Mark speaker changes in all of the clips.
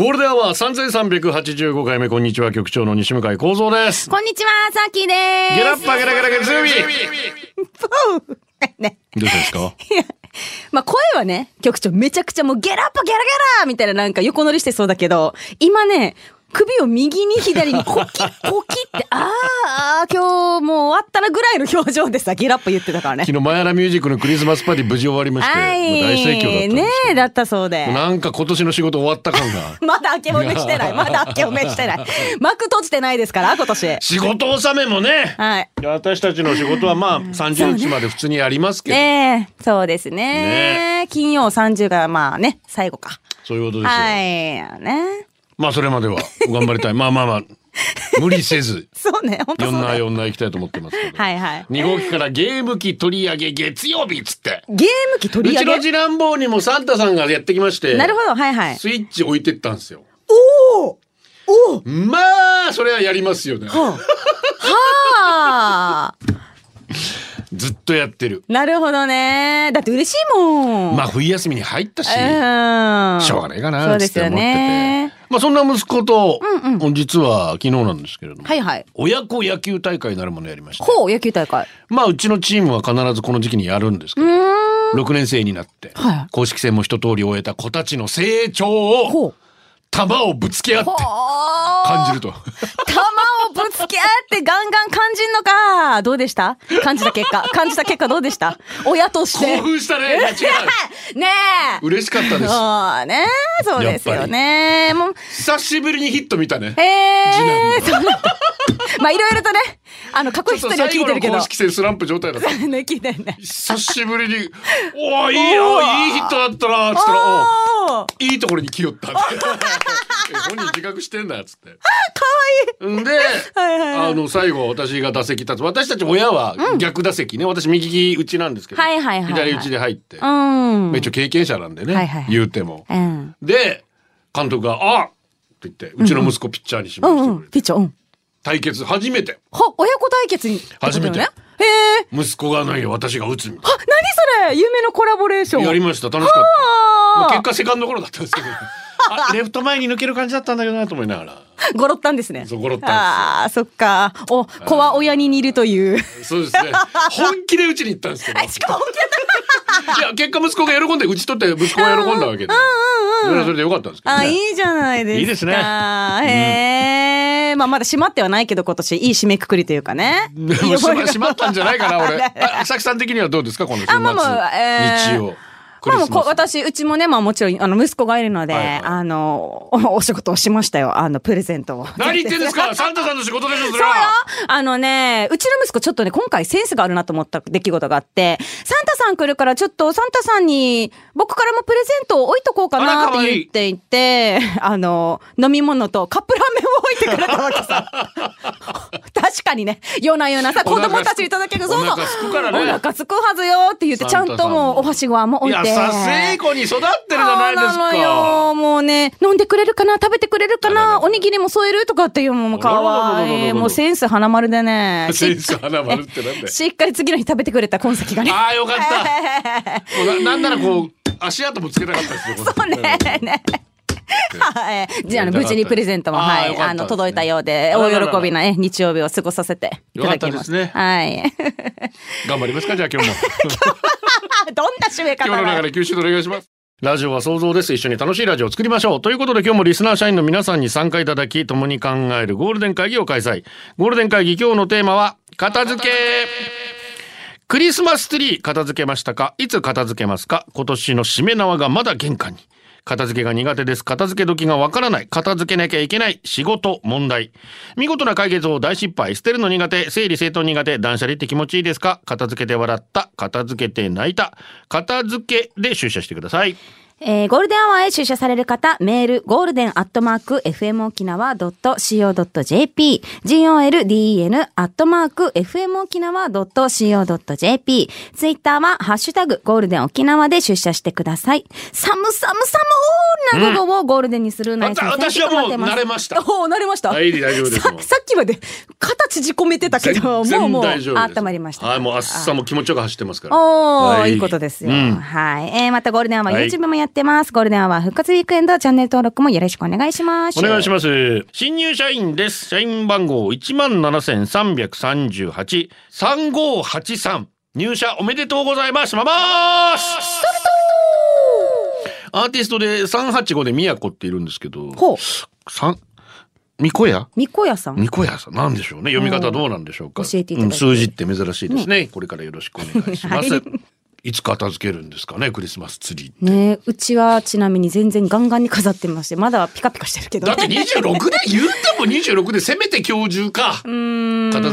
Speaker 1: ゴールデンは三千三百八十五回目こんにちは局長の西向井光三です。
Speaker 2: こんにちは、サッキーで
Speaker 1: ゲ
Speaker 2: す。
Speaker 1: ラッパゲラゲラゲラズービー。どうしたんですか。
Speaker 2: まあ声はね、局長めちゃくちゃもうゲラッパゲラゲラみたいななんか横乗りしてそうだけど、今ね、首を右に左にコ キッコキって、あーあー、今日もう終わったなぐらいの表情でさ、ゲラッパ言ってたからね。
Speaker 1: 昨日マヤラミュージックのクリスマスパーティー無事終わりまして、もう大盛況だったんですけど。
Speaker 2: ねえ、だったそうで。。
Speaker 1: なんか今年の仕事終わった感が
Speaker 2: まだ明けおめしてない。まだ明けおめして ない。幕閉じてないですから、今年。
Speaker 1: 仕事納めもね。
Speaker 2: はい。
Speaker 1: 私たちの仕事はまあ30日まで普通にやりますけど、
Speaker 2: ねえ、そうですね。金曜30がまあね、最後か。
Speaker 1: そういうことですよ、
Speaker 2: はい。ね。
Speaker 1: まあそれまでは頑張りたいまあまあ まあ無理せず
Speaker 2: そうね、本当
Speaker 1: 4
Speaker 2: そう
Speaker 1: な
Speaker 2: ね。
Speaker 1: 4な行きたいと思ってますけど、
Speaker 2: はいはい。
Speaker 1: 2号機からゲーム機取り上げ月曜日っつって
Speaker 2: ゲーム機取
Speaker 1: う
Speaker 2: り上
Speaker 1: ちの
Speaker 2: げ
Speaker 1: 次男坊にもサンタさんがやってきまして
Speaker 2: なるほど、はいはい。
Speaker 1: スイッチ置いてったんですよ
Speaker 2: おおおお
Speaker 1: まあそれはやりますよね
Speaker 2: はあ
Speaker 1: ずっとやってる
Speaker 2: なるほどね。だって嬉しいもん。
Speaker 1: まあ冬休みに入ったし、
Speaker 2: あ、うん。
Speaker 1: しょうがないか
Speaker 2: そ
Speaker 1: な
Speaker 2: う
Speaker 1: っ
Speaker 2: で
Speaker 1: つっ
Speaker 2: す
Speaker 1: て思
Speaker 2: よ
Speaker 1: ってて、
Speaker 2: ね。
Speaker 1: まあそんな息子と、
Speaker 2: うん
Speaker 1: 実は昨日なんですけれども、
Speaker 2: はいはい。
Speaker 1: 親子野球大会なるものやりました
Speaker 2: ほう、野球大会。
Speaker 1: まあうちのチームは必ずこの時期にやるんですけ
Speaker 2: う
Speaker 1: ど、
Speaker 2: ーん。
Speaker 1: 6年生になって、
Speaker 2: はい
Speaker 1: 公式戦も一通り終えた子たちの成長を
Speaker 2: ほう。
Speaker 1: 球をぶつけ合って
Speaker 2: ほう。
Speaker 1: 感じると
Speaker 2: 球をぶつけ合ってガンガン感じんのか。どうでした感じた結果。感じた結果どうでした親として
Speaker 1: 興。奮したねいや違う
Speaker 2: ねえ。
Speaker 1: 嬉しかったです
Speaker 2: そうね。そうですよね。もう、
Speaker 1: 久しぶりにヒット見たね
Speaker 2: えー、そうなんだ。まあいろいろとね、あの、過去
Speaker 1: ちょ
Speaker 2: ヒス
Speaker 1: っ
Speaker 2: ト
Speaker 1: と
Speaker 2: リーは聞い
Speaker 1: 最
Speaker 2: て
Speaker 1: 後
Speaker 2: る
Speaker 1: の
Speaker 2: けど。
Speaker 1: 公
Speaker 2: ね、
Speaker 1: 式戦スランプ状態だった
Speaker 2: 聞いて るね。
Speaker 1: 久しぶ りに「おーいいよいいヒットだったな」っつったら「おう
Speaker 2: おー
Speaker 1: いいところに来よったって え本人自覚してんだっつって可愛いいで、あの最後私が打席立つ私たち親は逆打席ね、私右打ちなんですけど、
Speaker 2: はいはいはいはい
Speaker 1: 左打ちで入って、
Speaker 2: う
Speaker 1: ま
Speaker 2: ん。
Speaker 1: あ一応経験者なんでね、
Speaker 2: はいはいはい
Speaker 1: 言うても、
Speaker 2: うん。
Speaker 1: で監督が「あっ!」って言ってうちの息子ピッチャーに指
Speaker 2: う
Speaker 1: 名してくれ
Speaker 2: ん
Speaker 1: て、
Speaker 2: うん。ピッチャー、うん。
Speaker 1: 対決初めて
Speaker 2: は、親子対決に。
Speaker 1: 初めて
Speaker 2: へえ。
Speaker 1: 息子が投げ私が 打つみた
Speaker 2: あ、何それ夢のコラボレーション。
Speaker 1: いなやりました楽しかった。まあ
Speaker 2: あー
Speaker 1: 結果セカンドゴロだった んですけどあレフト前に抜ける感じだったんだけどなと思いながら
Speaker 2: ゴロったんですね。
Speaker 1: そうゴロったんですよ
Speaker 2: ああ、そっか。お、子は親に似るという。
Speaker 1: そうです ね本気で打ちに行ったんですけどい
Speaker 2: しかも、
Speaker 1: や結果息子が喜んで打ち取って息子が喜んだわけでそれはそれでよかったんですけど
Speaker 2: あ、
Speaker 1: ね
Speaker 2: いいじゃないですか。
Speaker 1: いいですね
Speaker 2: へえ。まあ、まだ閉まってはないけど、今年、いい締めくくりというかね。
Speaker 1: でもし ましまったんじゃないかな俺あ浅木さん的にはどうですかこの週末
Speaker 2: あまあまあえー
Speaker 1: 日曜ク
Speaker 2: まあも
Speaker 1: リ
Speaker 2: う
Speaker 1: スマ
Speaker 2: こ
Speaker 1: ス
Speaker 2: 私、うちもね、まあもちろん、あの、息子がいるので、
Speaker 1: はいはい
Speaker 2: あの、おお仕事をしましたよ。あの、プレゼントを。
Speaker 1: 何言ってんで すかサンタさんの仕事でしょそ
Speaker 2: そ
Speaker 1: れ
Speaker 2: うよ
Speaker 1: は
Speaker 2: あのね、うちの息子ちょっとね、今回センスがあるなと思った出来事があって、サンタさん来るからちょっとサンタさんに僕からもプレゼントを置いとこうか
Speaker 1: あら
Speaker 2: なっ
Speaker 1: かわいい
Speaker 2: て言っていて、 あの、飲み物とカップラーメンを置いてくれたわけさ。 確かにね、夜な夜なさ、子供たちに届けるぞ、
Speaker 1: お腹すくからね
Speaker 2: お腹すくはずよって言って、ちゃんともうお箸ごはも置
Speaker 1: 優
Speaker 2: いて。
Speaker 1: しい子に育ってるじゃないで
Speaker 2: そ
Speaker 1: す
Speaker 2: うなの
Speaker 1: か
Speaker 2: よ。もうね、飲んでくれるかな食べてくれるか
Speaker 1: あらら
Speaker 2: なおにぎりも添えるとかっていうのもかわ
Speaker 1: あららららら
Speaker 2: い
Speaker 1: ら
Speaker 2: い。もうセンス花丸で ね。
Speaker 1: センス花丸ってなんだよ
Speaker 2: しっかり次の日食べてくれた今先がね。
Speaker 1: ああ よかったもうななんならこう足跡もつけたかったですよそう
Speaker 2: ねねはい。じゃああの、
Speaker 1: よ
Speaker 2: 無
Speaker 1: かった
Speaker 2: 事にプレゼントも、
Speaker 1: あー
Speaker 2: は
Speaker 1: よ
Speaker 2: い。
Speaker 1: かった
Speaker 2: あの、届いたようで、
Speaker 1: あららら
Speaker 2: 大喜びなえ日曜日を過ごさせていただきます。
Speaker 1: よか
Speaker 2: はい。
Speaker 1: 頑張りますかじゃあ今 日も
Speaker 2: どんな締め方
Speaker 1: 今日の
Speaker 2: だ
Speaker 1: 流れ吸収でお願いしますラジオは想像です一緒に楽しいラジオを作りましょうということで今日もリスナー社員の皆さんに参加いただき共に考えるゴールデン会議を開催ゴールデン会議今日のテーマは片付けクリスマスツリー片付けましたかいつ片付けますか今年の締め縄がまだ玄関に片付けが苦手です片付け時がわからない片付けなきゃいけない仕事問題見事な解決を大失敗捨てるの苦手整理整頓苦手断捨離って気持ちいいですか片付けて笑った片付けて泣いた片付けで出社してください
Speaker 2: えーゴールデンアワーへ出社される方、メール、ゴールデンアットマーク、fmokinawa.co.jp、golden アットマーク、fmokinawa.co.jp、ツイッターは、ハッシュタグ、ゴールデン沖縄で出社してください。寒寒寒な午後をゴールデンにするナイスな
Speaker 1: あた私はもう慣れました
Speaker 2: おー慣れました。
Speaker 1: はい大丈夫です
Speaker 2: ささっきまで、肩縮めてたけど、もうもう、
Speaker 1: 大丈夫です
Speaker 2: 温まりました。
Speaker 1: はいもう朝も気持ちよく走ってますから
Speaker 2: おー、、
Speaker 1: はいい
Speaker 2: いことですよ。
Speaker 1: うん
Speaker 2: はい。えー、またゴールデンアワー
Speaker 1: はい
Speaker 2: YouTube もやってます。ゴールデンアワー復活ウィークエンドチャンネル登録もよろしくお願いします。
Speaker 1: お願いし
Speaker 2: す。
Speaker 1: ます。新入社員です。社員番号17,338、3583。入社おめでとうございます。まますアーティストで385で宮子っているんですけど、
Speaker 2: ほう、
Speaker 1: さん、みこや
Speaker 2: みこやさん。
Speaker 1: みこやさん、なんでしょうね。読み方どうなんでしょうか。
Speaker 2: うん教えていただいて
Speaker 1: うん数字って珍しいですね。これからよろしくお願いします。、
Speaker 2: はい
Speaker 1: つ片付けるんですかね、クリスマスツリー。
Speaker 2: ねえうちはちなみに全然ガンガンに飾ってまして、まだピカピカしてるけど、
Speaker 1: だって
Speaker 2: ね。
Speaker 1: 26で言っても26でせめて今日中か。片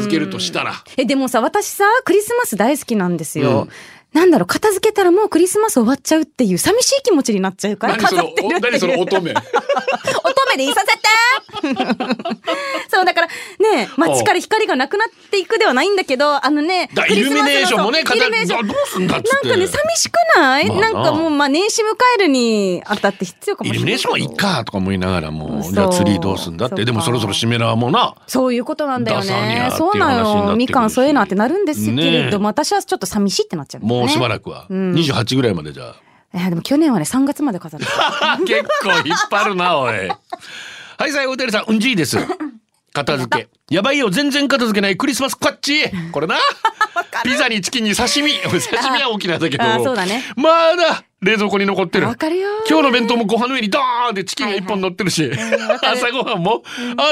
Speaker 1: 付けるとしたら。
Speaker 2: え、でもさ、私さ、クリスマス大好きなんです
Speaker 1: う
Speaker 2: よ
Speaker 1: ん。
Speaker 2: なんだろう、片付けたらもうクリスマス終わっちゃうっていう寂しい気持ちになっちゃうから、
Speaker 1: 何そ
Speaker 2: 飾
Speaker 1: の
Speaker 2: ってるっていう。
Speaker 1: 何その乙 女
Speaker 2: 乙女でいさせ てそう、だから、ねえ、街から光がなくなっていくではないんだけど、あのね、
Speaker 1: だ
Speaker 2: ク
Speaker 1: イ
Speaker 2: リス
Speaker 1: ルミ
Speaker 2: マスの
Speaker 1: ネーションもね
Speaker 2: そうイルミネーション
Speaker 1: 片どうすんだっつって
Speaker 2: なんかね、寂しくない、
Speaker 1: まあな
Speaker 2: なんかもう、まあ、年始迎えるにあたって必要かもし
Speaker 1: イ
Speaker 2: れ
Speaker 1: ル
Speaker 2: ない。
Speaker 1: ミネーションはいっ。かとか思いながらも
Speaker 2: そう
Speaker 1: うじゃあツリーどうすんだっ
Speaker 2: そ
Speaker 1: て
Speaker 2: う
Speaker 1: でもそろそろシメラーもな
Speaker 2: そういうことなんだよ
Speaker 1: 出さに
Speaker 2: ね
Speaker 1: ゃーっ。ていう
Speaker 2: そうな
Speaker 1: 話になってく
Speaker 2: の。
Speaker 1: るし
Speaker 2: みかんそういうのってなるんですけれども、
Speaker 1: ね
Speaker 2: 私はちょっと寂しいってなっちゃうんだよね。
Speaker 1: もうしば
Speaker 2: ら
Speaker 1: らくは28ぐらいまでじゃ
Speaker 2: く。でも去年はね、3月まで飾ってた。
Speaker 1: あ結構引っ張るなおいはい最後おてるさんうんじいです片付けやばいよ全然片付けないクリスマスこっちこれなピザにチキンに刺身刺身は沖縄だけど
Speaker 2: あーそうだね
Speaker 1: まだ冷蔵庫に残ってる
Speaker 2: わかるよ。
Speaker 1: 今日の弁当もご飯の上にドーンってチキンが一本乗ってるし、朝ごはんも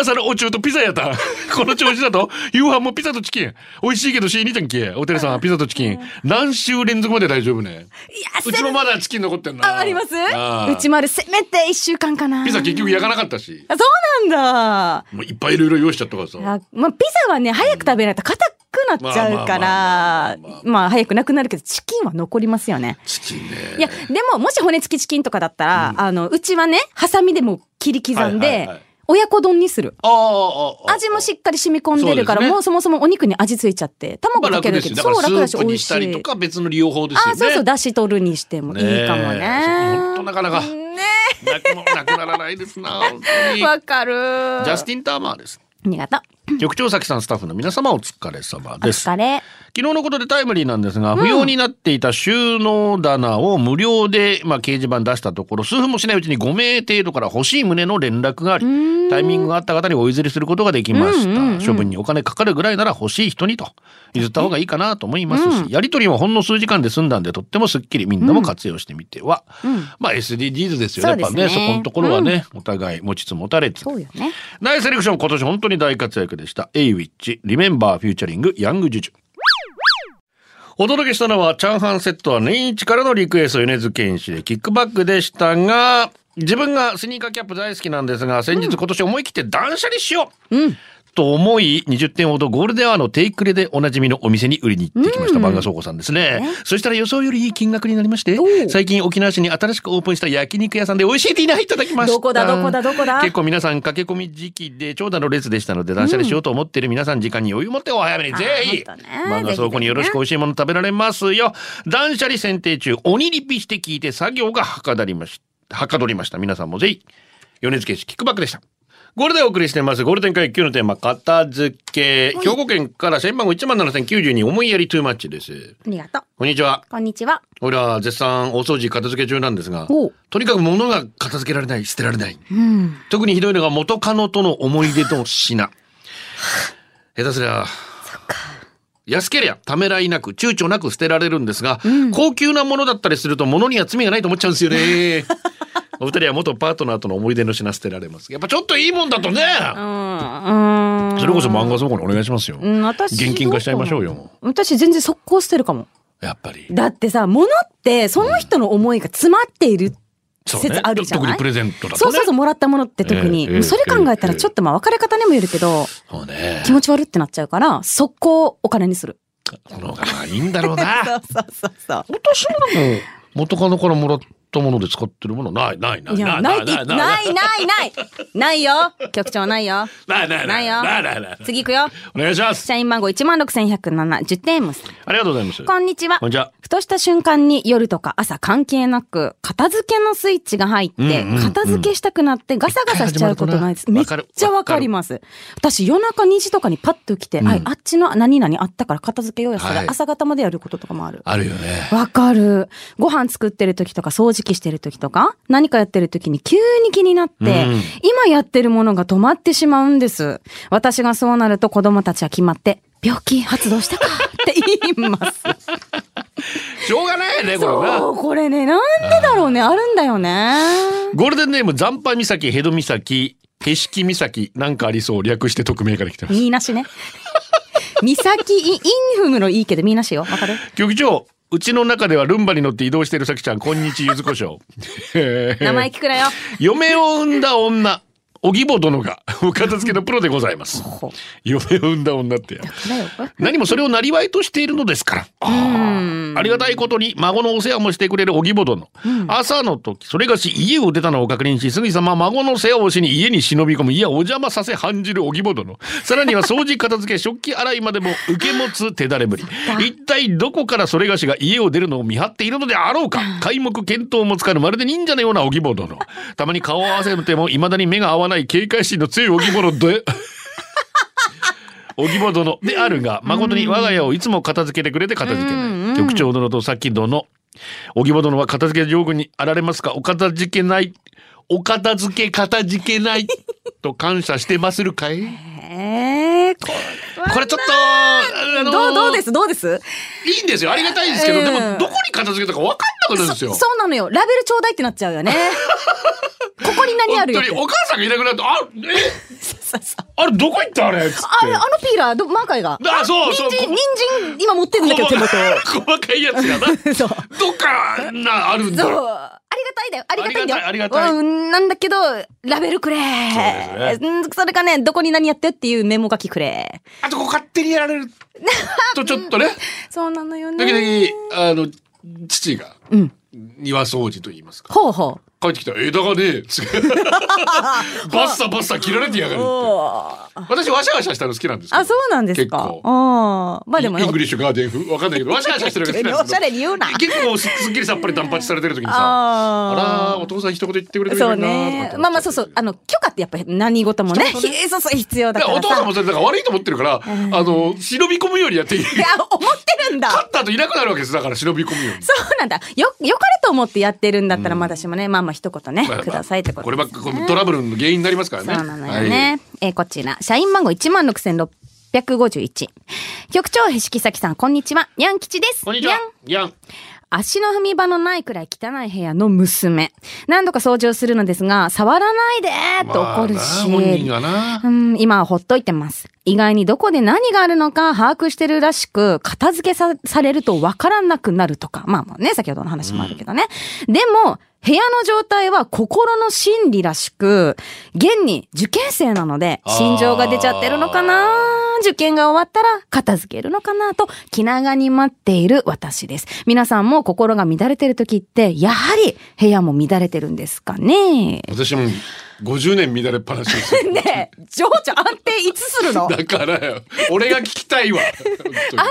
Speaker 1: 朝のお中とピザやった。この調子だと夕飯もピザとチキン。美味しいけどしにたんけ。おてるさんピザとチキン。何週連続まで大丈夫ね。 うちもまだチキン残ってんな。
Speaker 2: あ、あります
Speaker 1: ああ
Speaker 2: うちまでせめて1週間かな。
Speaker 1: ピザ結局焼かなかったし。
Speaker 2: あそうなんだ。
Speaker 1: もういっぱいいろいろ用意しちゃったからさ。
Speaker 2: あまあ、ピザはね、早く食べないと硬くなっちゃうか
Speaker 1: まあまあ
Speaker 2: ら
Speaker 1: まあまあまあ、
Speaker 2: まあ、早くなくなるけど、チキンは残りますよね。
Speaker 1: チキン
Speaker 2: いや、
Speaker 1: ね。
Speaker 2: でも、もし骨付きチキンとかだったら、あの、うちはね、ハサミでも切り刻ん
Speaker 1: はいはい
Speaker 2: で
Speaker 1: はい、
Speaker 2: 親子丼にする。
Speaker 1: ああああああ
Speaker 2: 味もしっかり染み込んでるから、
Speaker 1: そうですね
Speaker 2: もうそもそもお肉に味付いちゃって、
Speaker 1: ま
Speaker 2: 卵
Speaker 1: あ
Speaker 2: かけ
Speaker 1: 楽
Speaker 2: る
Speaker 1: で
Speaker 2: け
Speaker 1: すよ
Speaker 2: ど、
Speaker 1: だか
Speaker 2: そ
Speaker 1: ら
Speaker 2: う
Speaker 1: ス
Speaker 2: 楽だし、
Speaker 1: ープ
Speaker 2: 美
Speaker 1: に
Speaker 2: 味
Speaker 1: し
Speaker 2: した
Speaker 1: り
Speaker 2: い
Speaker 1: と。か別の利用法ですよ
Speaker 2: あ、
Speaker 1: ね。
Speaker 2: そうそう、だし取るにしてもいいかも
Speaker 1: ねえ
Speaker 2: ね。
Speaker 1: 本当なかなか
Speaker 2: ね
Speaker 1: なくもなくならないですな。本当に
Speaker 2: えわかる。
Speaker 1: ジャスティン・ターマーです。
Speaker 2: ありがとう。
Speaker 1: 局長崎さんスタッフの皆様お疲れ様
Speaker 2: お
Speaker 1: です。
Speaker 2: 疲れ。
Speaker 1: 昨日のことでタイムリーなんですが、不要になっていた収納棚を無料で、まあ、掲示板出したところ、数分もしないうちに5名程度から欲しい旨の連絡があり、タイミングがあった方にお譲りすることができました。処分にお金かかるぐらいなら欲しい人にと、譲った方がいいかなと思いますし、やりとりもほんの数時間で済んだんで、とってもすっきりみんなも活用してみては、まあ SDGs ですよね。やっぱ
Speaker 2: そうで
Speaker 1: ね、
Speaker 2: す
Speaker 1: そ
Speaker 2: ね
Speaker 1: このところはね、お互い持ちつ持たれつ。
Speaker 2: そうよね。
Speaker 1: ナイスセレクション今年本当に大活躍でした。エイウィッチ、リメンバーフューチャリング、ヤングジュジュ。お届けしたのは、チャーハンセットは年一からのリクエスト、米津玄師でキックバックでしたが、自分がスニーカーキャップ大好きなんですが、先日今年思い切って断捨離しよう、と思い、20点ほどゴールデンアワーのテイクレでおなじみのお店に売りに行ってきました。漫画倉庫さんですね。そしたら予想よりいい金額になりまして
Speaker 2: おう、
Speaker 1: 最近沖縄市に新しくオープンした焼肉屋さんで美味しいディナーいただきました。
Speaker 2: どこだどこだどこだ
Speaker 1: 結構皆さん駆け込み時期で長蛇の列でしたので断捨離しようと思っている皆さん時間に余裕持ってお早めにぜひ
Speaker 2: あ本当ね
Speaker 1: 漫画倉庫によろしく美味しいもの食べられますよ断捨離選定中鬼リピして聞いて作業がはかどりましたはかどりました皆さんもぜひ米津玄師キックバックでしたゴールデンお送りしてます。ゴールデン会今日のテーマ、片付け。兵庫県から社員番号17,092思いやりトゥーマッチです。
Speaker 2: ありがとう。
Speaker 1: こんにちは。
Speaker 2: こんにちは。
Speaker 1: 俺は絶賛大掃除片付け中なんですが、
Speaker 2: おう
Speaker 1: とにかく物が片付けられない、捨てられない。
Speaker 2: うん。
Speaker 1: 特にひどいのが元カノとの思い出の品。下手すりゃ。安けりゃためらいなく躊躇なく捨てられるんですが、高級なものだったりすると物には罪がないと思っちゃうんです よね。お二人は元パートナーとの思い出の品捨てられます。やっぱちょっといいもんだとね。
Speaker 2: うん。うん
Speaker 1: それこそ漫画倉庫にお願いしますよ。
Speaker 2: うん、私
Speaker 1: 現金化しちゃいましょうよ
Speaker 2: どかな私全然速攻捨てるかも。
Speaker 1: やっぱり。
Speaker 2: だってさ、物ってその人の思いが詰まっている
Speaker 1: そう
Speaker 2: 説あるじゃない、
Speaker 1: 特にプレゼントだとね。
Speaker 2: そうそうそう、もらったものって特に。
Speaker 1: ええええ
Speaker 2: それ考えたらちょっとまあ別れ方にもよるけど、
Speaker 1: そうね
Speaker 2: 気。持ち悪ってなっちゃうから、速攻お金にする。
Speaker 1: この方がいいんだろうな。
Speaker 2: そうそうそう。
Speaker 1: 私もでも元カノからもらっったもので使ってるものないないない
Speaker 2: いや、ないって、ないないないないよ局長ないよ
Speaker 1: ないない
Speaker 2: な
Speaker 1: ないい
Speaker 2: よ
Speaker 1: ないないない
Speaker 2: 次行くよ
Speaker 1: お願いします
Speaker 2: 社員番号16,107、ジュテームさん。
Speaker 1: ありがとうございます
Speaker 2: こんにちは。
Speaker 1: こんにちは
Speaker 2: ふとした瞬間に夜とか朝関係なく、片付けのスイッチが入って、
Speaker 1: うんうんうん
Speaker 2: 片付けしたくなってガサガサしちゃうことないです。めっ
Speaker 1: わかる
Speaker 2: ちゃわかります。私夜中2時とかにパッと来て、
Speaker 1: うん
Speaker 2: ああっちの何々あったから片付けようやしたら、
Speaker 1: はい
Speaker 2: 朝方までやることとかもある。
Speaker 1: あるよね
Speaker 2: わかる。ご飯作ってる時とか掃除機してる時とか、何かやってる時に急に気になって、
Speaker 1: うん
Speaker 2: 今やってるものが止まってしまうんです。私がそうなると子供たちは決まって、病気発動したかって言います。
Speaker 1: しょうがないねこれな
Speaker 2: そう、これね、なんでだろうね、あるんだよね。
Speaker 1: ゴールデンネーム残波岬ヘド岬景色岬なんかありそう略して匿名から来てます
Speaker 2: みーなし ね。みさき、インフムのいいけど、みーなしよ。わかる
Speaker 1: 局長うちの中ではルンバに乗って移動してるさきちゃんこんにちゆずこしょ うへー
Speaker 2: 生意気くらよ。
Speaker 1: 嫁を産んだ女おぎぼ殿がお片付けのプロでございます
Speaker 2: ほ
Speaker 1: 嫁を産んだ女って
Speaker 2: だ よ。
Speaker 1: 何もそれをなりわいとしているのですからあーありがたいことに孫のお世話もしてくれるおぎぼ殿、朝の時それがし家を出たのを確認しすぐにさま孫の世話をしに家に忍び込むいやお邪魔させ半じるおぎぼ殿さらには掃除片付け食器洗いまでも受け持つ手だれぶり一体どこからそれがしが家を出るのを見張っているのであろうか皆目見当もつかぬまるで忍者のようなおぎぼ殿たまに顔を合わせてもいまだに目が合わない警戒心の強いおぎぼ殿でおぎぼ殿であるが、誠に我が家をいつも片付けてくれて片付けない。局長殿とさっき殿。おぎぼ殿は片付け上手にあられますかお片付けない。お片付け片付けない。 と感謝してまするかい
Speaker 2: えー、こ
Speaker 1: これちょっと、あのー
Speaker 2: どう、どうですどうです
Speaker 1: いいんですよ。ありがたいですけど、
Speaker 2: ええ
Speaker 1: でもどこに片付けたか分かんなくなるんですよ。
Speaker 2: そそうなのよ。ラベルちょうだいってなっちゃう よね。ここに何あ
Speaker 1: 本
Speaker 2: るよ
Speaker 1: 当
Speaker 2: っ
Speaker 1: に
Speaker 2: て。
Speaker 1: お母さんがいなくなると、あ、え、
Speaker 2: そうそう
Speaker 1: あれどこ行ったあれっつって。
Speaker 2: あれ、あのピーラー、どマーカーが。
Speaker 1: あそうそう
Speaker 2: 人参、人参、今持ってるんだけど、手元。
Speaker 1: 細かい細かいやつやな。ど
Speaker 2: そう。
Speaker 1: っかな、あるんだ
Speaker 2: そう。
Speaker 1: よ。
Speaker 2: ありがたいだよ。ありがたいんだよ。
Speaker 1: ありがたいありがた
Speaker 2: う
Speaker 1: い
Speaker 2: ん、なんだけど、ラベルくれ。
Speaker 1: す
Speaker 2: うんそれかね、どこに何やってっていうメモ書きくれ。
Speaker 1: あとこう勝手にや られるとちょっとね
Speaker 2: そうなのよ
Speaker 1: 時
Speaker 2: ね。
Speaker 1: 々あの父が
Speaker 2: うん。
Speaker 1: 庭掃除と言いますか
Speaker 2: ほうほう。
Speaker 1: 帰ってきたら枝がねえ バッサバッサ切られてやがるって
Speaker 2: あ、
Speaker 1: 私ワシャワシャしたの好きなんですけど
Speaker 2: そうなんですか。
Speaker 1: 結構
Speaker 2: ああ。まあでも
Speaker 1: インイングリッシュガーデン風わかんないけどワシャワシャしてるのが好きなん
Speaker 2: お
Speaker 1: で
Speaker 2: しゃ
Speaker 1: す
Speaker 2: れに言うな。
Speaker 1: けど結構すすっきりさっぱり断髪されてる時にさあ
Speaker 2: あ
Speaker 1: らお父さん一言言ってくれてる
Speaker 2: そ
Speaker 1: か
Speaker 2: う
Speaker 1: なと
Speaker 2: ね
Speaker 1: か。
Speaker 2: まあまあそうそう。あの、許可ってやっぱ何事もね、ひそうそう必要だ
Speaker 1: いや
Speaker 2: か
Speaker 1: お
Speaker 2: ら
Speaker 1: 父さんも
Speaker 2: さ。
Speaker 1: それだから悪いと思ってるから、あの忍び込むようにやっていい
Speaker 2: いや、思ってるんだ。
Speaker 1: 勝った後いなくなるわけですだから忍び込むように
Speaker 2: そうなんだ。よ、よかれと思ってやってるんだったら、まだしもね、まあまあ一言ね、
Speaker 1: まあまあ
Speaker 2: くださいってこと
Speaker 1: こればっか
Speaker 2: です
Speaker 1: こ
Speaker 2: ね
Speaker 1: のトラブルの原因になりますからね
Speaker 2: そうなのよね。えーこちら。社員番号16,651。局長、へしきさきさん、こんにちは。にゃん吉です。
Speaker 1: こんにちは
Speaker 2: にゃん。
Speaker 1: やん。
Speaker 2: 足の踏み場のないくらい汚い部屋の娘。何度か掃除をするのですが、触らないでーと怒るし。
Speaker 1: まあな本人がな。
Speaker 2: うん、今はほっといてます。意外にどこで何があるのか把握してるらしく、片付けさされるとわからなくなるとか。まあまあね、先ほどの話もあるけどね。でも、部屋の状態は心の心理らしく、現に受験生なので、
Speaker 1: あー
Speaker 2: 心情が出ちゃってるのかな受験が終わったら片付けるのかなと気長に待っている私です。皆さんも心が乱れてる時って、やはり部屋も乱れてるんですかね
Speaker 1: 私も50年乱れっぱなしですよ
Speaker 2: ねえ、情緒安定いつするの
Speaker 1: だから よ。俺が聞きたいわ。本当に
Speaker 2: 安定さ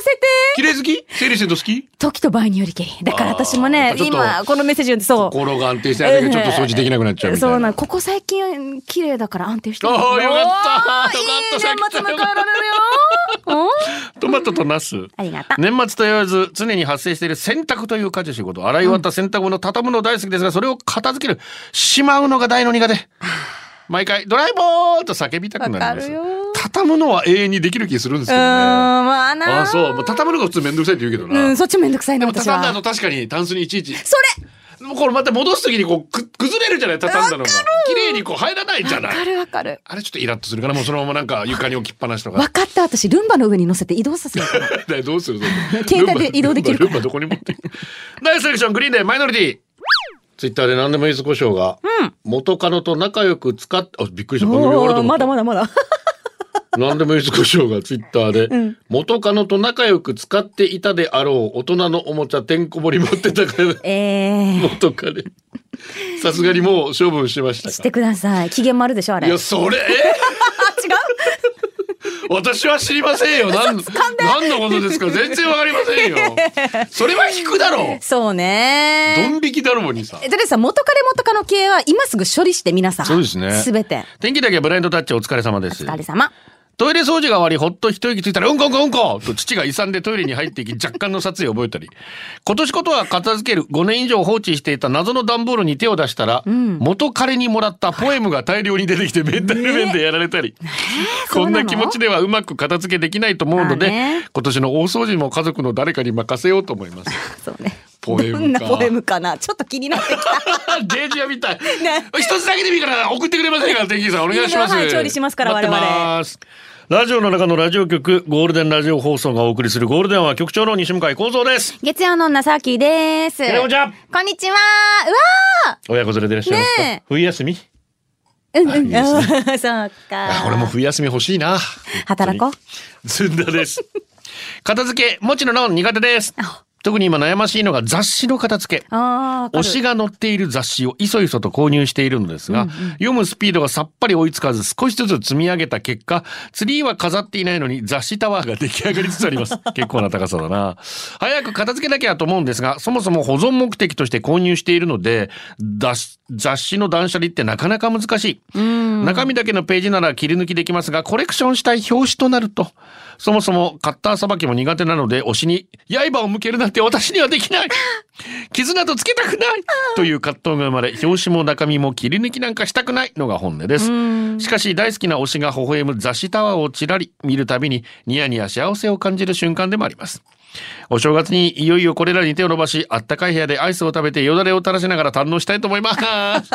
Speaker 2: せて
Speaker 1: 綺麗好き整理してると好き
Speaker 2: 時と場合によりけりだから私も
Speaker 1: あ
Speaker 2: ね
Speaker 1: ーちょっと
Speaker 2: 今このメッセージ読んでそう
Speaker 1: 心が安定してない時はちょっと掃除できなくなっちゃうみたいな。
Speaker 2: そうなんここ最近綺麗だから安定してる
Speaker 1: おーよかった
Speaker 2: おー
Speaker 1: よかった
Speaker 2: いい年末
Speaker 1: さ
Speaker 2: 迎
Speaker 1: っ
Speaker 2: え
Speaker 1: きから
Speaker 2: れるよおー
Speaker 1: トマトとナス。
Speaker 2: ありがとう
Speaker 1: 年末と言わず常に発生している洗濯という家事仕事洗い終わった洗濯物を畳むの大好きですがそれを片付けるしまうのが大の苦手毎回ドライボーと叫びたくなりま
Speaker 2: わ
Speaker 1: す
Speaker 2: かるよ
Speaker 1: 畳むのは永遠にできる気するんです
Speaker 2: うー
Speaker 1: け
Speaker 2: ん
Speaker 1: どね
Speaker 2: まあな
Speaker 1: あそう、まあ、畳むのが普通めんどくさいって言うけどな、
Speaker 2: うんそっちめんどくさい
Speaker 1: で
Speaker 2: な
Speaker 1: も
Speaker 2: 私
Speaker 1: 畳んだ
Speaker 2: は
Speaker 1: 後確かにタンスにいちいち
Speaker 2: それ
Speaker 1: もうこれまた戻す時にこうく崩れるじゃない畳んだのが綺麗にこう入らないじゃ
Speaker 2: わ
Speaker 1: ない
Speaker 2: かるわかる
Speaker 1: あれちょっとイラッとするからもうそのままなんか床に置きっぱなしとか
Speaker 2: 分かった私ルンバの上に乗せて移動させるから
Speaker 1: ねどうするぞ
Speaker 2: 携帯で移動できるから
Speaker 1: ルンバルンバどこに持っていくナイスセレクショングリーンでマイノリティツイッターで何でもいいずこしょうが、元カノと仲良く使ってあびっくりした番組終わる
Speaker 2: お
Speaker 1: と
Speaker 2: ー
Speaker 1: 思
Speaker 2: ま
Speaker 1: った
Speaker 2: だまだまだ
Speaker 1: 何でもいいです、胡椒がツイッターで、元カノと仲良く使っていたであろう大人のおもちゃてんこ盛り持ってたから、
Speaker 2: ええ
Speaker 1: 元カレ。さすがにもう処分してましたか
Speaker 2: してください。機嫌もあるでしょあれ。
Speaker 1: いや、それ、違う私は知りませんよ。なん、何のことですか全然わかりませんよ。 それは引くだろう。
Speaker 2: そうね。
Speaker 1: ドン引きだろうにさ
Speaker 2: え。とりあえずさ元彼元カノ系は今すぐ処理して皆さん。
Speaker 1: そうですね
Speaker 2: すべて。
Speaker 1: 天気だけブラインドタッチお疲れ様です
Speaker 2: お。疲れ様。
Speaker 1: トイレ掃除が終わり、ほっと一息ついたら、うんこうんこうんこと父が遺産でトイレに入っていき、若干の殺意を覚えたり、今年ことは片付ける5年以上放置していた謎の段ボールに手を出したら、元彼にもらったポエムが大量に出てきて、メンタル面でやられたり、
Speaker 2: そう
Speaker 1: こん
Speaker 2: な
Speaker 1: な
Speaker 2: の
Speaker 1: 気持ちではうまく片付けできないと思うので、
Speaker 2: まあね
Speaker 1: 今年の大掃除も家族の誰かに任せようと思います。
Speaker 2: そうね。
Speaker 1: ポエム か
Speaker 2: どんなポエムかな。ちょっと気になってきた。
Speaker 1: デージアみたい。
Speaker 2: ね
Speaker 1: 一つだけでもいいから送ってくれませんか、天気さんお願いします。
Speaker 2: はい調理しますから
Speaker 1: 待ってますラジオの中のラジオ局ゴールデンラジオ放送がお送りするゴールデンは局長の西向井光三です。
Speaker 2: 月曜の女さきです。
Speaker 1: えおちゃん
Speaker 2: こんにちは。うわ
Speaker 1: 親子連れでいらっしゃいますか。
Speaker 2: ねえ
Speaker 1: 冬休み？
Speaker 2: ー。うんうん。
Speaker 1: あいい
Speaker 2: そう
Speaker 1: あ
Speaker 2: か。
Speaker 1: 俺も冬休み欲しいな。
Speaker 2: 働こう。
Speaker 1: ずんだです。片付けもちろん苦手です。特に今悩ましいのが雑誌の片付け。
Speaker 2: ああ。
Speaker 1: 推しが載っている雑誌をいそいそと購入しているのですが、読むスピードがさっぱり追いつかず少しずつ積み上げた結果、ツリーは飾っていないのに雑誌タワーが出来上がりつつあります。結構な高さだな。早く片付けなきゃと思うんですが、そもそも保存目的として購入しているので、雑誌雑誌の断捨離ってなかなか難しい。中身だけのページなら切り抜きできますが、コレクションしたい表紙となると、そもそもカッターさばきも苦手なので、推しに刃を向けるなんて私にはできない傷などつけたくないという葛藤が生まれ表紙も中身も切り抜きなんかしたくないのが本音ですしかし大好きな推しが微笑む雑誌タワーをちらり見るたびにニヤニヤ幸せを感じる瞬間でもありますお正月にいよいよこれらに手を伸ばしあったかい部屋でアイスを食べてよだれを垂らしながら堪能したいと思います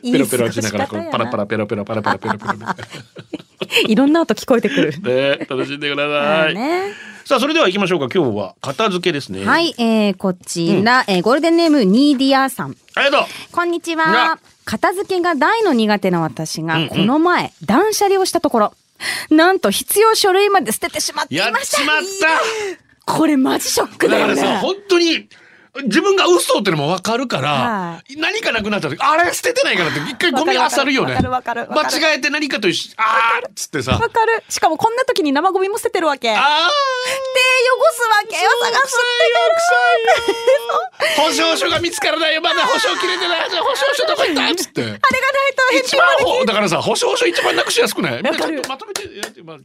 Speaker 1: ペロペロしながらこうパラパラペロペロパラパラペロペロペロ
Speaker 2: いろんな音聞こえてく る。
Speaker 1: ねえ楽しんでください、
Speaker 2: ね
Speaker 1: さあそれでは行きましょうか今日は片付けですね
Speaker 2: はい、えー、こちら、えーゴールデンネーム、ニーディアさん。
Speaker 1: ありがとう
Speaker 2: こんにち
Speaker 1: うわ
Speaker 2: は。片付けが大の苦手な私が、
Speaker 1: ん
Speaker 2: この前、断捨離をしたところ、なんと必要書類まで捨ててしまってい
Speaker 1: やっ
Speaker 2: ました。
Speaker 1: ちまった
Speaker 2: これマジショックだ
Speaker 1: だか
Speaker 2: よ
Speaker 1: らさ、
Speaker 2: ね。
Speaker 1: 本当に、自分が嘘ってのもわかるから、
Speaker 2: は
Speaker 1: 何かなくなった時、あれ捨ててないからって、一回ゴミ漁るよね。
Speaker 2: わかるわかるわかるわかる
Speaker 1: 間違えて何かと一緒、あーっつってさ、
Speaker 2: わかる。しかもこんな時に生ゴミも捨ててるわけ。で、汚
Speaker 1: あ
Speaker 2: すわけよ。探すってる。
Speaker 1: ー、保証書が見つからないよ、まだ保証切れてない、じゃあ保証書どこ行ったっつって。
Speaker 2: あれがないと
Speaker 1: 一番ほだからさ保証書一番なくしやすくな
Speaker 2: わ
Speaker 1: い
Speaker 2: かる
Speaker 1: ちょっとまとめてやって、まあ、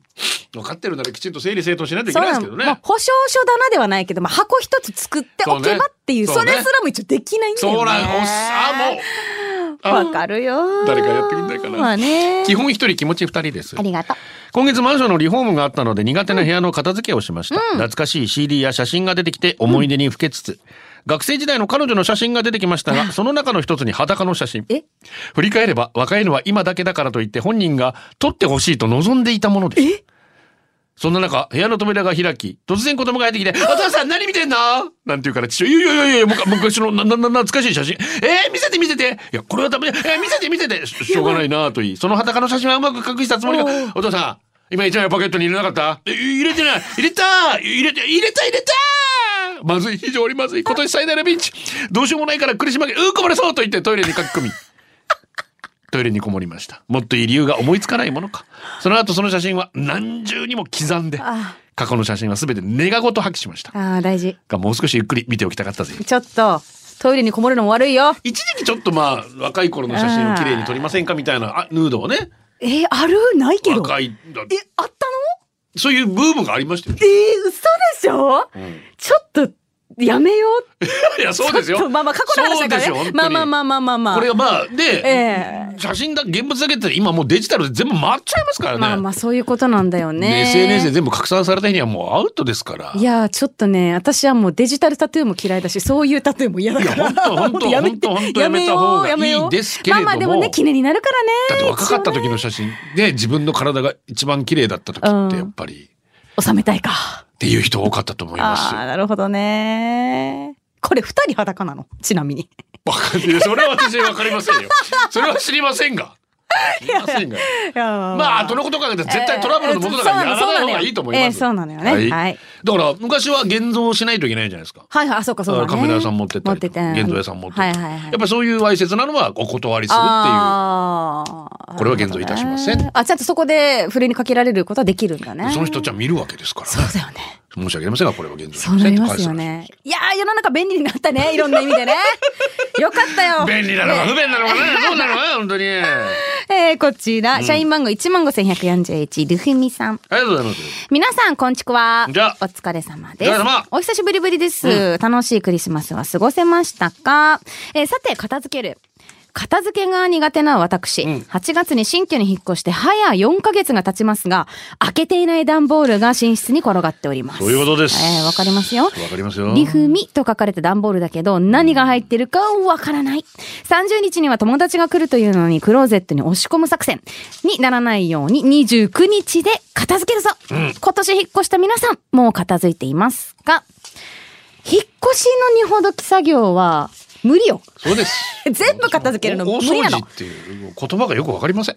Speaker 1: 分かってるならきちんと整理整頓しないといけ
Speaker 2: そう
Speaker 1: ないで
Speaker 2: な
Speaker 1: す
Speaker 2: の
Speaker 1: けど
Speaker 2: まあ
Speaker 1: ね。
Speaker 2: 保証書棚ではないけど、まあ、箱一つ作っておけばっていう、
Speaker 1: そう
Speaker 2: それ
Speaker 1: ねそうね
Speaker 2: すらも一応できないんだよね。
Speaker 1: そうなんおっさんもうあ
Speaker 2: わかるよ。
Speaker 1: 誰かやってみたいかな
Speaker 2: まあね。
Speaker 1: 基本一人気持ち二人です
Speaker 2: ありがとう。
Speaker 1: 今月マンションのリフォームがあったので苦手な部屋の片付けをしました、懐かしい CD や写真が出てきて思い出にふけつつ、学生時代の彼女の写真が出てきましたが、その中の一つに裸の写真。
Speaker 2: え
Speaker 1: 振り返れば、若いのは今だけだからと言って本人が撮ってほしいと望んでいたものです。そんな中、部屋の扉が開き、突然子供が入ってきて、お父さん何見てんのなんて言うから、父親、いやいやいやいや、もうか昔のな、な、な、懐かしい写真。えー、見せて見せていや、これはダメだ。えー、見せて見せてししょうがないなと言い、その裸の写真はうまく隠したつもりが、お父さん、今一枚ポケットに入れなかったえ入れてない入れた入れて、入れた入れたまずい、非常にまずい。今年最大のピンチ。どうしようもないから苦しまけ、うんこぼれそうと言ってトイレに書き込み。トイレにこもりました。もっといい理由が思いつかないものか。その後その写真は何重にも刻んで、
Speaker 2: あ
Speaker 1: 過去の写真は全てネガごと破棄しました。
Speaker 2: ああ、大事。
Speaker 1: がもう少しゆっくり見ておきたかったぜ。
Speaker 2: ちょっと、トイレにこもるのも悪いよ。
Speaker 1: 一時期ちょっとまあ若い頃の写真を綺麗に撮りませんかみたいなあヌードをね
Speaker 2: えー、あるないけど。
Speaker 1: 若い
Speaker 2: え、あった
Speaker 1: そういうブームがありましたよね。
Speaker 2: の えー、嘘でしょ、ちょっと、やめよう。
Speaker 1: いやそうです
Speaker 2: ちょっ
Speaker 1: よ。
Speaker 2: とまあまあ、過去の話だから
Speaker 1: そうですよ
Speaker 2: ね
Speaker 1: 本。当
Speaker 2: まあ
Speaker 1: に
Speaker 2: まあまあまあまあまあ。
Speaker 1: これはまあで、
Speaker 2: え
Speaker 1: 写真だ現物だけって今もうデジタルで全部回っちゃいますからね。
Speaker 2: まあまあ、そういうことなんだよね。
Speaker 1: SNS で全部拡散された日にはもうアウトですから。
Speaker 2: いやーちょっとね私はもうデジタルタトゥーも嫌いだしそういうタトゥーも嫌だから
Speaker 1: いやほんとほんと
Speaker 2: やめて
Speaker 1: ほんとほんとやめた方がいいですけれども
Speaker 2: まあまあでもね記念になるからね
Speaker 1: だって若かった時
Speaker 2: 一応
Speaker 1: の
Speaker 2: ね
Speaker 1: 写真で自分の体が一番綺麗だった時ってやっぱり、
Speaker 2: 収めたいか
Speaker 1: っていう人多かったと思います
Speaker 2: あ
Speaker 1: よ
Speaker 2: あ。なるほどねこれ二人裸なのちなみに
Speaker 1: わかんない。それは私わかりませんよ。それは知りませんが。言いませんが。
Speaker 2: ま
Speaker 1: まあ、後のこと考えたら絶対トラブルの元だからやらない方がいいと思います。
Speaker 2: そうなのよね。はい。はい
Speaker 1: だから、昔は現像しないといけないじゃないですか。
Speaker 2: はい、あ、そうか、そうだね。
Speaker 1: カメラ屋さん持ってった
Speaker 2: 持
Speaker 1: り
Speaker 2: って
Speaker 1: と
Speaker 2: て
Speaker 1: か、現像屋さん持ってった
Speaker 2: はい
Speaker 1: り
Speaker 2: は
Speaker 1: と
Speaker 2: いはい。
Speaker 1: か。やっぱりそういうわいせつなのはお断りするっていう。
Speaker 2: いう
Speaker 1: これは現像いたしません
Speaker 2: あ、ちゃんとそこで、ふるいにかけられることはできるんだね。
Speaker 1: その人じゃ見るわけですから、
Speaker 2: そうだよね。
Speaker 1: 申し訳ありませんが、これは現像し
Speaker 2: そう
Speaker 1: ま
Speaker 2: な
Speaker 1: せん
Speaker 2: り
Speaker 1: って
Speaker 2: ま
Speaker 1: 返
Speaker 2: す
Speaker 1: す
Speaker 2: よね。いやー、世の中便利になったね。いろんな意味でね。よかった よ。
Speaker 1: 便利なのか不便なの かね、どうなのかね、本当に。あ
Speaker 2: えー、こちら、社員番号15,141、ルフミさん。
Speaker 1: りがとうございます。
Speaker 2: 皆さん、こんちくわ。
Speaker 1: じゃあ
Speaker 2: お疲れ様です
Speaker 1: お疲れ様。
Speaker 2: お久しぶりぶりです、楽しいクリスマスは過ごせましたか、えーさて、片付ける。片付けが苦手な私、8月に新居に引っ越して早4ヶ月が経ちますが、開けていない段ボールが寝室に転がっております。
Speaker 1: そういうことです
Speaker 2: えーわかりますよ。
Speaker 1: わかりますよ。
Speaker 2: リフミと書かれた段ボールだけど、何が入ってるかわからない。30日には友達が来るというのに、クローゼットに押し込む作戦にならないように、29日で片付けるぞ、今年引っ越した皆さん、もう片付いていますか引っ越しの荷ほどき作業は、無理よ。
Speaker 1: そうです。
Speaker 2: 全部片付けるの
Speaker 1: お
Speaker 2: 無理
Speaker 1: 大
Speaker 2: な
Speaker 1: 掃除
Speaker 2: の
Speaker 1: っ。ていう言葉がよくわかりません。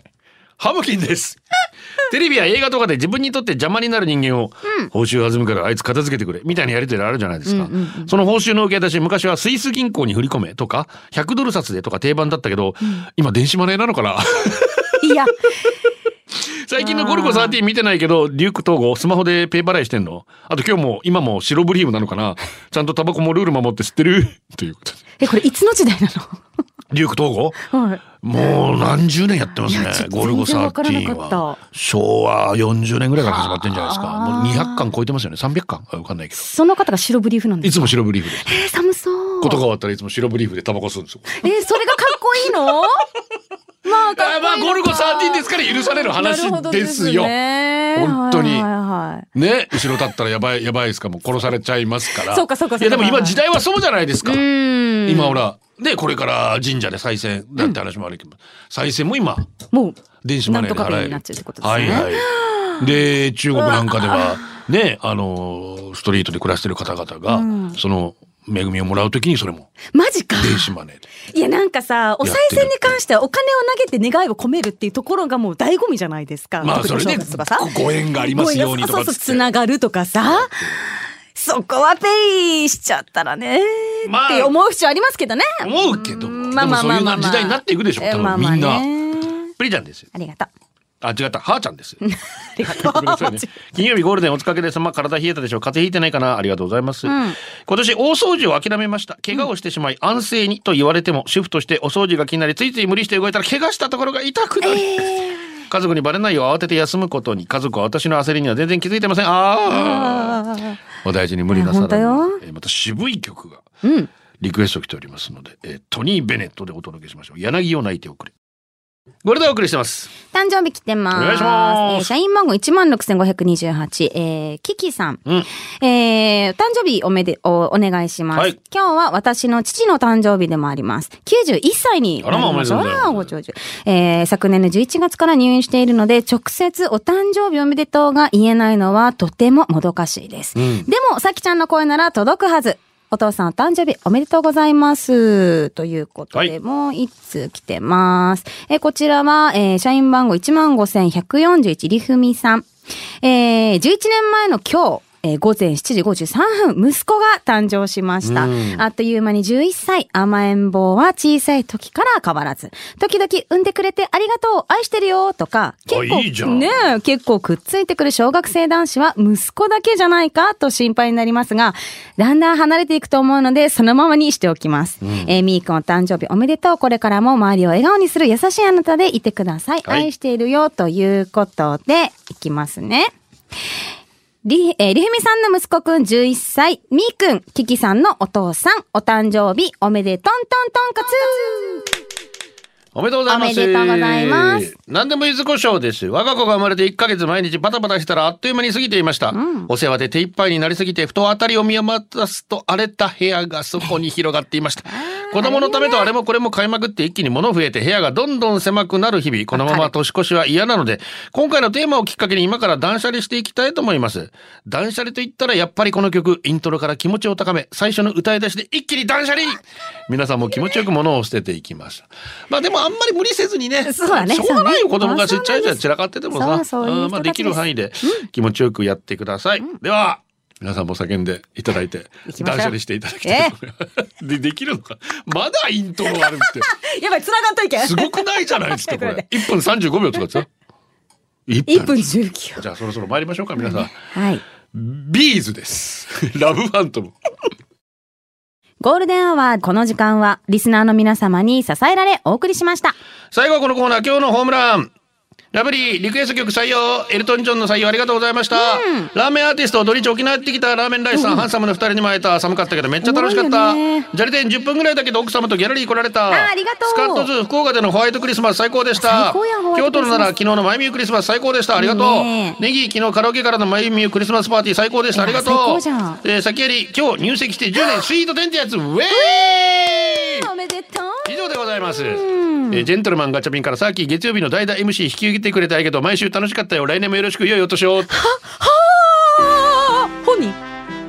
Speaker 1: ハムキ ンです。テレビや映画とかで自分にとって邪魔になる人間を、報酬弾むからあいつ片付けてくれ、みたいなやりとりあるじゃないですか。その報酬の受け出し、昔はスイス銀行に振り込めとか、100ドル札でとか定番だったけど、今電子マネーなのかな
Speaker 2: いや、
Speaker 1: 最近のゴルゴ13見てないけど、リュック統合、スマホでペイ払いしてんのあと今日も、今も白ブリームなのかなちゃんとタバコもルール守って知ってる ということで。
Speaker 2: え、これいつの時代な
Speaker 1: リュック統合
Speaker 2: のはい。
Speaker 1: もう何十年やってます
Speaker 2: い
Speaker 1: ね
Speaker 2: やちょっ。と
Speaker 1: ゴルゴ
Speaker 2: 全然
Speaker 1: 13
Speaker 2: わからなか
Speaker 1: は
Speaker 2: っ。
Speaker 1: 昭和40年ぐらいから始まってんじゃないですか。
Speaker 2: はあ
Speaker 1: もう200巻超えてますよね。300巻あわかんないけ
Speaker 2: その方が白ブリーフなん
Speaker 1: ど。
Speaker 2: で
Speaker 1: い
Speaker 2: す。
Speaker 1: つも白ブリー フです。
Speaker 2: えー、寒そう。
Speaker 1: ことが終わったらいつも白ブリーフでタバコ吸うんですよ。
Speaker 2: えーそれがかっこいいのまあ、か
Speaker 1: あ
Speaker 2: っこいいのか
Speaker 1: まあ、ゴルゴ13ですから許される話
Speaker 2: なるほど
Speaker 1: ですよ。
Speaker 2: ね
Speaker 1: 本当に
Speaker 2: はいはいはい
Speaker 1: ね、後ろ立ったらやばい、やばいですか、もう殺されちゃいますから。
Speaker 2: そうかそうか
Speaker 1: いや、でも
Speaker 2: そうか
Speaker 1: 今時代はそうじゃないですか。
Speaker 2: うん
Speaker 1: 今ほら、で、これから神社で再選だって話もあるけど、再選も今、
Speaker 2: もう
Speaker 1: 電子マネーで
Speaker 2: なんとか便利
Speaker 1: 払える。
Speaker 2: になっちゃうってことですね
Speaker 1: はいはい。で、中国なんかでは、ね、あの、ストリートで暮らしてる方々が、その、恵みをもらうときにそれも
Speaker 2: マジか
Speaker 1: 電子マネ ーで。
Speaker 2: いやなんかさお
Speaker 1: やっ
Speaker 2: 賽
Speaker 1: てる
Speaker 2: 銭に関してはお金を投げて願いを込めるっていうところがもう醍醐味じゃないですか
Speaker 1: まあ、そ
Speaker 2: 特
Speaker 1: れ
Speaker 2: にお
Speaker 1: で、
Speaker 2: 正月とかさ
Speaker 1: ごご縁がありますようにとか
Speaker 2: そ
Speaker 1: っ
Speaker 2: うそう
Speaker 1: つ
Speaker 2: つ
Speaker 1: って。
Speaker 2: ながるとかさそこはペイしちゃったらね
Speaker 1: まあ
Speaker 2: って思う必要ありますけどね
Speaker 1: 思うけど、で
Speaker 2: まあ
Speaker 1: も
Speaker 2: まあ
Speaker 1: そう
Speaker 2: ま
Speaker 1: い
Speaker 2: あ
Speaker 1: う
Speaker 2: ま
Speaker 1: な
Speaker 2: あ
Speaker 1: 時代になっていくでしょ、多分みん
Speaker 2: まあまあ
Speaker 1: な。
Speaker 2: ね
Speaker 1: プリちゃんですよ。
Speaker 2: ありがとう
Speaker 1: あ、違った、はーちゃんです。
Speaker 2: ありが とう
Speaker 1: ごめんなさいね 金曜日ゴールデンお疲れ様体冷えたでしょう風邪ひいてないかなありがとうございます、今年大掃除を諦めました怪我をしてしまい安静にと言われても主婦としてお掃除が気になりついつい無理して動いたら怪我したところが痛くなり、家族にバレないよう慌てて休むことに家族は私の焦りには全然気づいてませんああ
Speaker 2: あ
Speaker 1: お大事に無理なさら
Speaker 2: いや
Speaker 1: ぬ
Speaker 2: 本
Speaker 1: えーまた渋い曲が
Speaker 2: ーうん
Speaker 1: リクエスト来ておりますので、えートニー・ベネットでお届けしましょう柳を泣いておくれこれでお送りしてます
Speaker 2: 誕生日来てます。
Speaker 1: お願いします
Speaker 2: えー社員番号16,528、えー、キキさん。
Speaker 1: うん
Speaker 2: えー、誕生日おめで、お、お願いします。
Speaker 1: はい
Speaker 2: 今日は私の父の誕生日でもあります。91歳になりました。
Speaker 1: あらまおめでとうございます
Speaker 2: わあご長寿。えー、昨年の11月から入院しているので、直接お誕生日おめでとうが言えないのはとてももどかしいです。
Speaker 1: ん
Speaker 2: でも、さきちゃんの声なら届くはず。お父さんお誕生日おめでとうございます。ということで、
Speaker 1: はい
Speaker 2: もう一通来てます。えーこちらは、えー社員番号15,141りふみさん。えー、11年前の今日、えー午前7時53分、息子が誕生しました。あっという間に11歳、甘えん坊は小さい時から変わらず、時々産んでくれてありがとう、愛してるよ、とか、結構、
Speaker 1: あいいじゃん
Speaker 2: ねえ結構くっついてくる小学生男子は息子だけじゃないかと心配になりますが、だんだん離れていくと思うので、そのままにしておきます。えーみーくんお誕生日おめでとう。これからも周りを笑顔にする優しいあなたでいてください。
Speaker 1: はい
Speaker 2: 愛しているよということで、いきますね。り、えーりふみさんの息子くん11歳、みーくん、ききさんのお父さん、お誕生日おめでとんとんとんかつ
Speaker 1: おめでとうございます。
Speaker 2: おめでとうございます。
Speaker 1: 何でも柚子胡椒です。我が子が生まれて1ヶ月毎日バタバタしたらあっという間に過ぎていました。お世話で手一杯になりすぎて、ふとあたりを見渡すと荒れた部屋がそこに広がっていました。子供のためとあれもこれも買いまくって一気に物増えて部屋がどんどん狭くなる日々。このまま年越しは嫌なので、今回のテーマをきっかけに今から断捨離していきたいと思います。断捨離と言ったらやっぱりこの曲、イントロから気持ちを高め、最初の歌い出しで一気に断捨離皆さんも気持ちよく物を捨てていきました。まあでもあんまり無理せずにね。
Speaker 2: そうだね
Speaker 1: しょうがない
Speaker 2: そ
Speaker 1: よ、子
Speaker 2: うね
Speaker 1: 供がちっちゃいじゃ散らかっててもさ。
Speaker 2: そうそういう人たちです
Speaker 1: んまあできる範囲で気持ちよくやってください。では、皆さんも叫んでいただいて、
Speaker 2: 行きましょう
Speaker 1: 断捨離していただきたいと思います。 で、できるのか。まだイントロあるって。
Speaker 2: やばい、繋がんといけ ん。
Speaker 1: すごくないじゃないですか、こ
Speaker 2: 確か
Speaker 1: れ。1分35秒とかってさ。1
Speaker 2: 1
Speaker 1: 分
Speaker 2: 分。19秒。
Speaker 1: じゃあそろそろ参りましょうか、皆さん。
Speaker 2: はい。
Speaker 1: ビーズです。ラブファントム。
Speaker 2: ゴールデンアワー、この時間は、リスナーの皆様に支えられお送りしました。
Speaker 1: 最後はこのコーナー、今日のホームラン。ラブリー、リクエスト曲採用、エルトン・ジョンの採用ありがとうございました。ラーメンアーティスト、土日沖縄行ってきたラーメンライスさん、ハンサムの二人にも会えた。寒かったけどめっちゃ楽しかっ
Speaker 2: すご
Speaker 1: た。
Speaker 2: いよね
Speaker 1: ジャリ店10分ぐらいだけど奥様とギャラリー来られた。
Speaker 2: あーありがとう
Speaker 1: スカットズ、福岡でのホワイトクリスマス最高でし
Speaker 2: 最
Speaker 1: た。
Speaker 2: 高やんホワイ
Speaker 1: 京
Speaker 2: トクリ
Speaker 1: 都
Speaker 2: スマス
Speaker 1: のなら昨日のマイミュークリスマス最高でした。ありがとう。
Speaker 2: いいね
Speaker 1: ネギ、昨日カラオケからのマイミュークリスマスパーティー最高でした。ありがと
Speaker 2: い
Speaker 1: う。
Speaker 2: や最高じゃん
Speaker 1: えー先より今日入籍して10年、スイート10ってやつ、ウェーイ
Speaker 2: おめでとう。
Speaker 1: 以上でございます、えージェントルマンガチャピンからさっき月曜日の代打 MC 引き受けてくれたんやけど毎週楽しかったよ来年もよろしく良いお年 をど
Speaker 2: はあ本人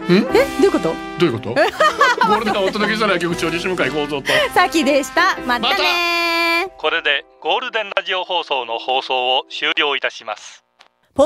Speaker 2: えどういうこと
Speaker 1: ういうこと ゴールデンをお届けしたら局長西向井幸三と
Speaker 2: さきでした。またね
Speaker 1: また
Speaker 2: ー
Speaker 3: これでゴールデンラジオ放送の放送を終了いたします
Speaker 4: ポ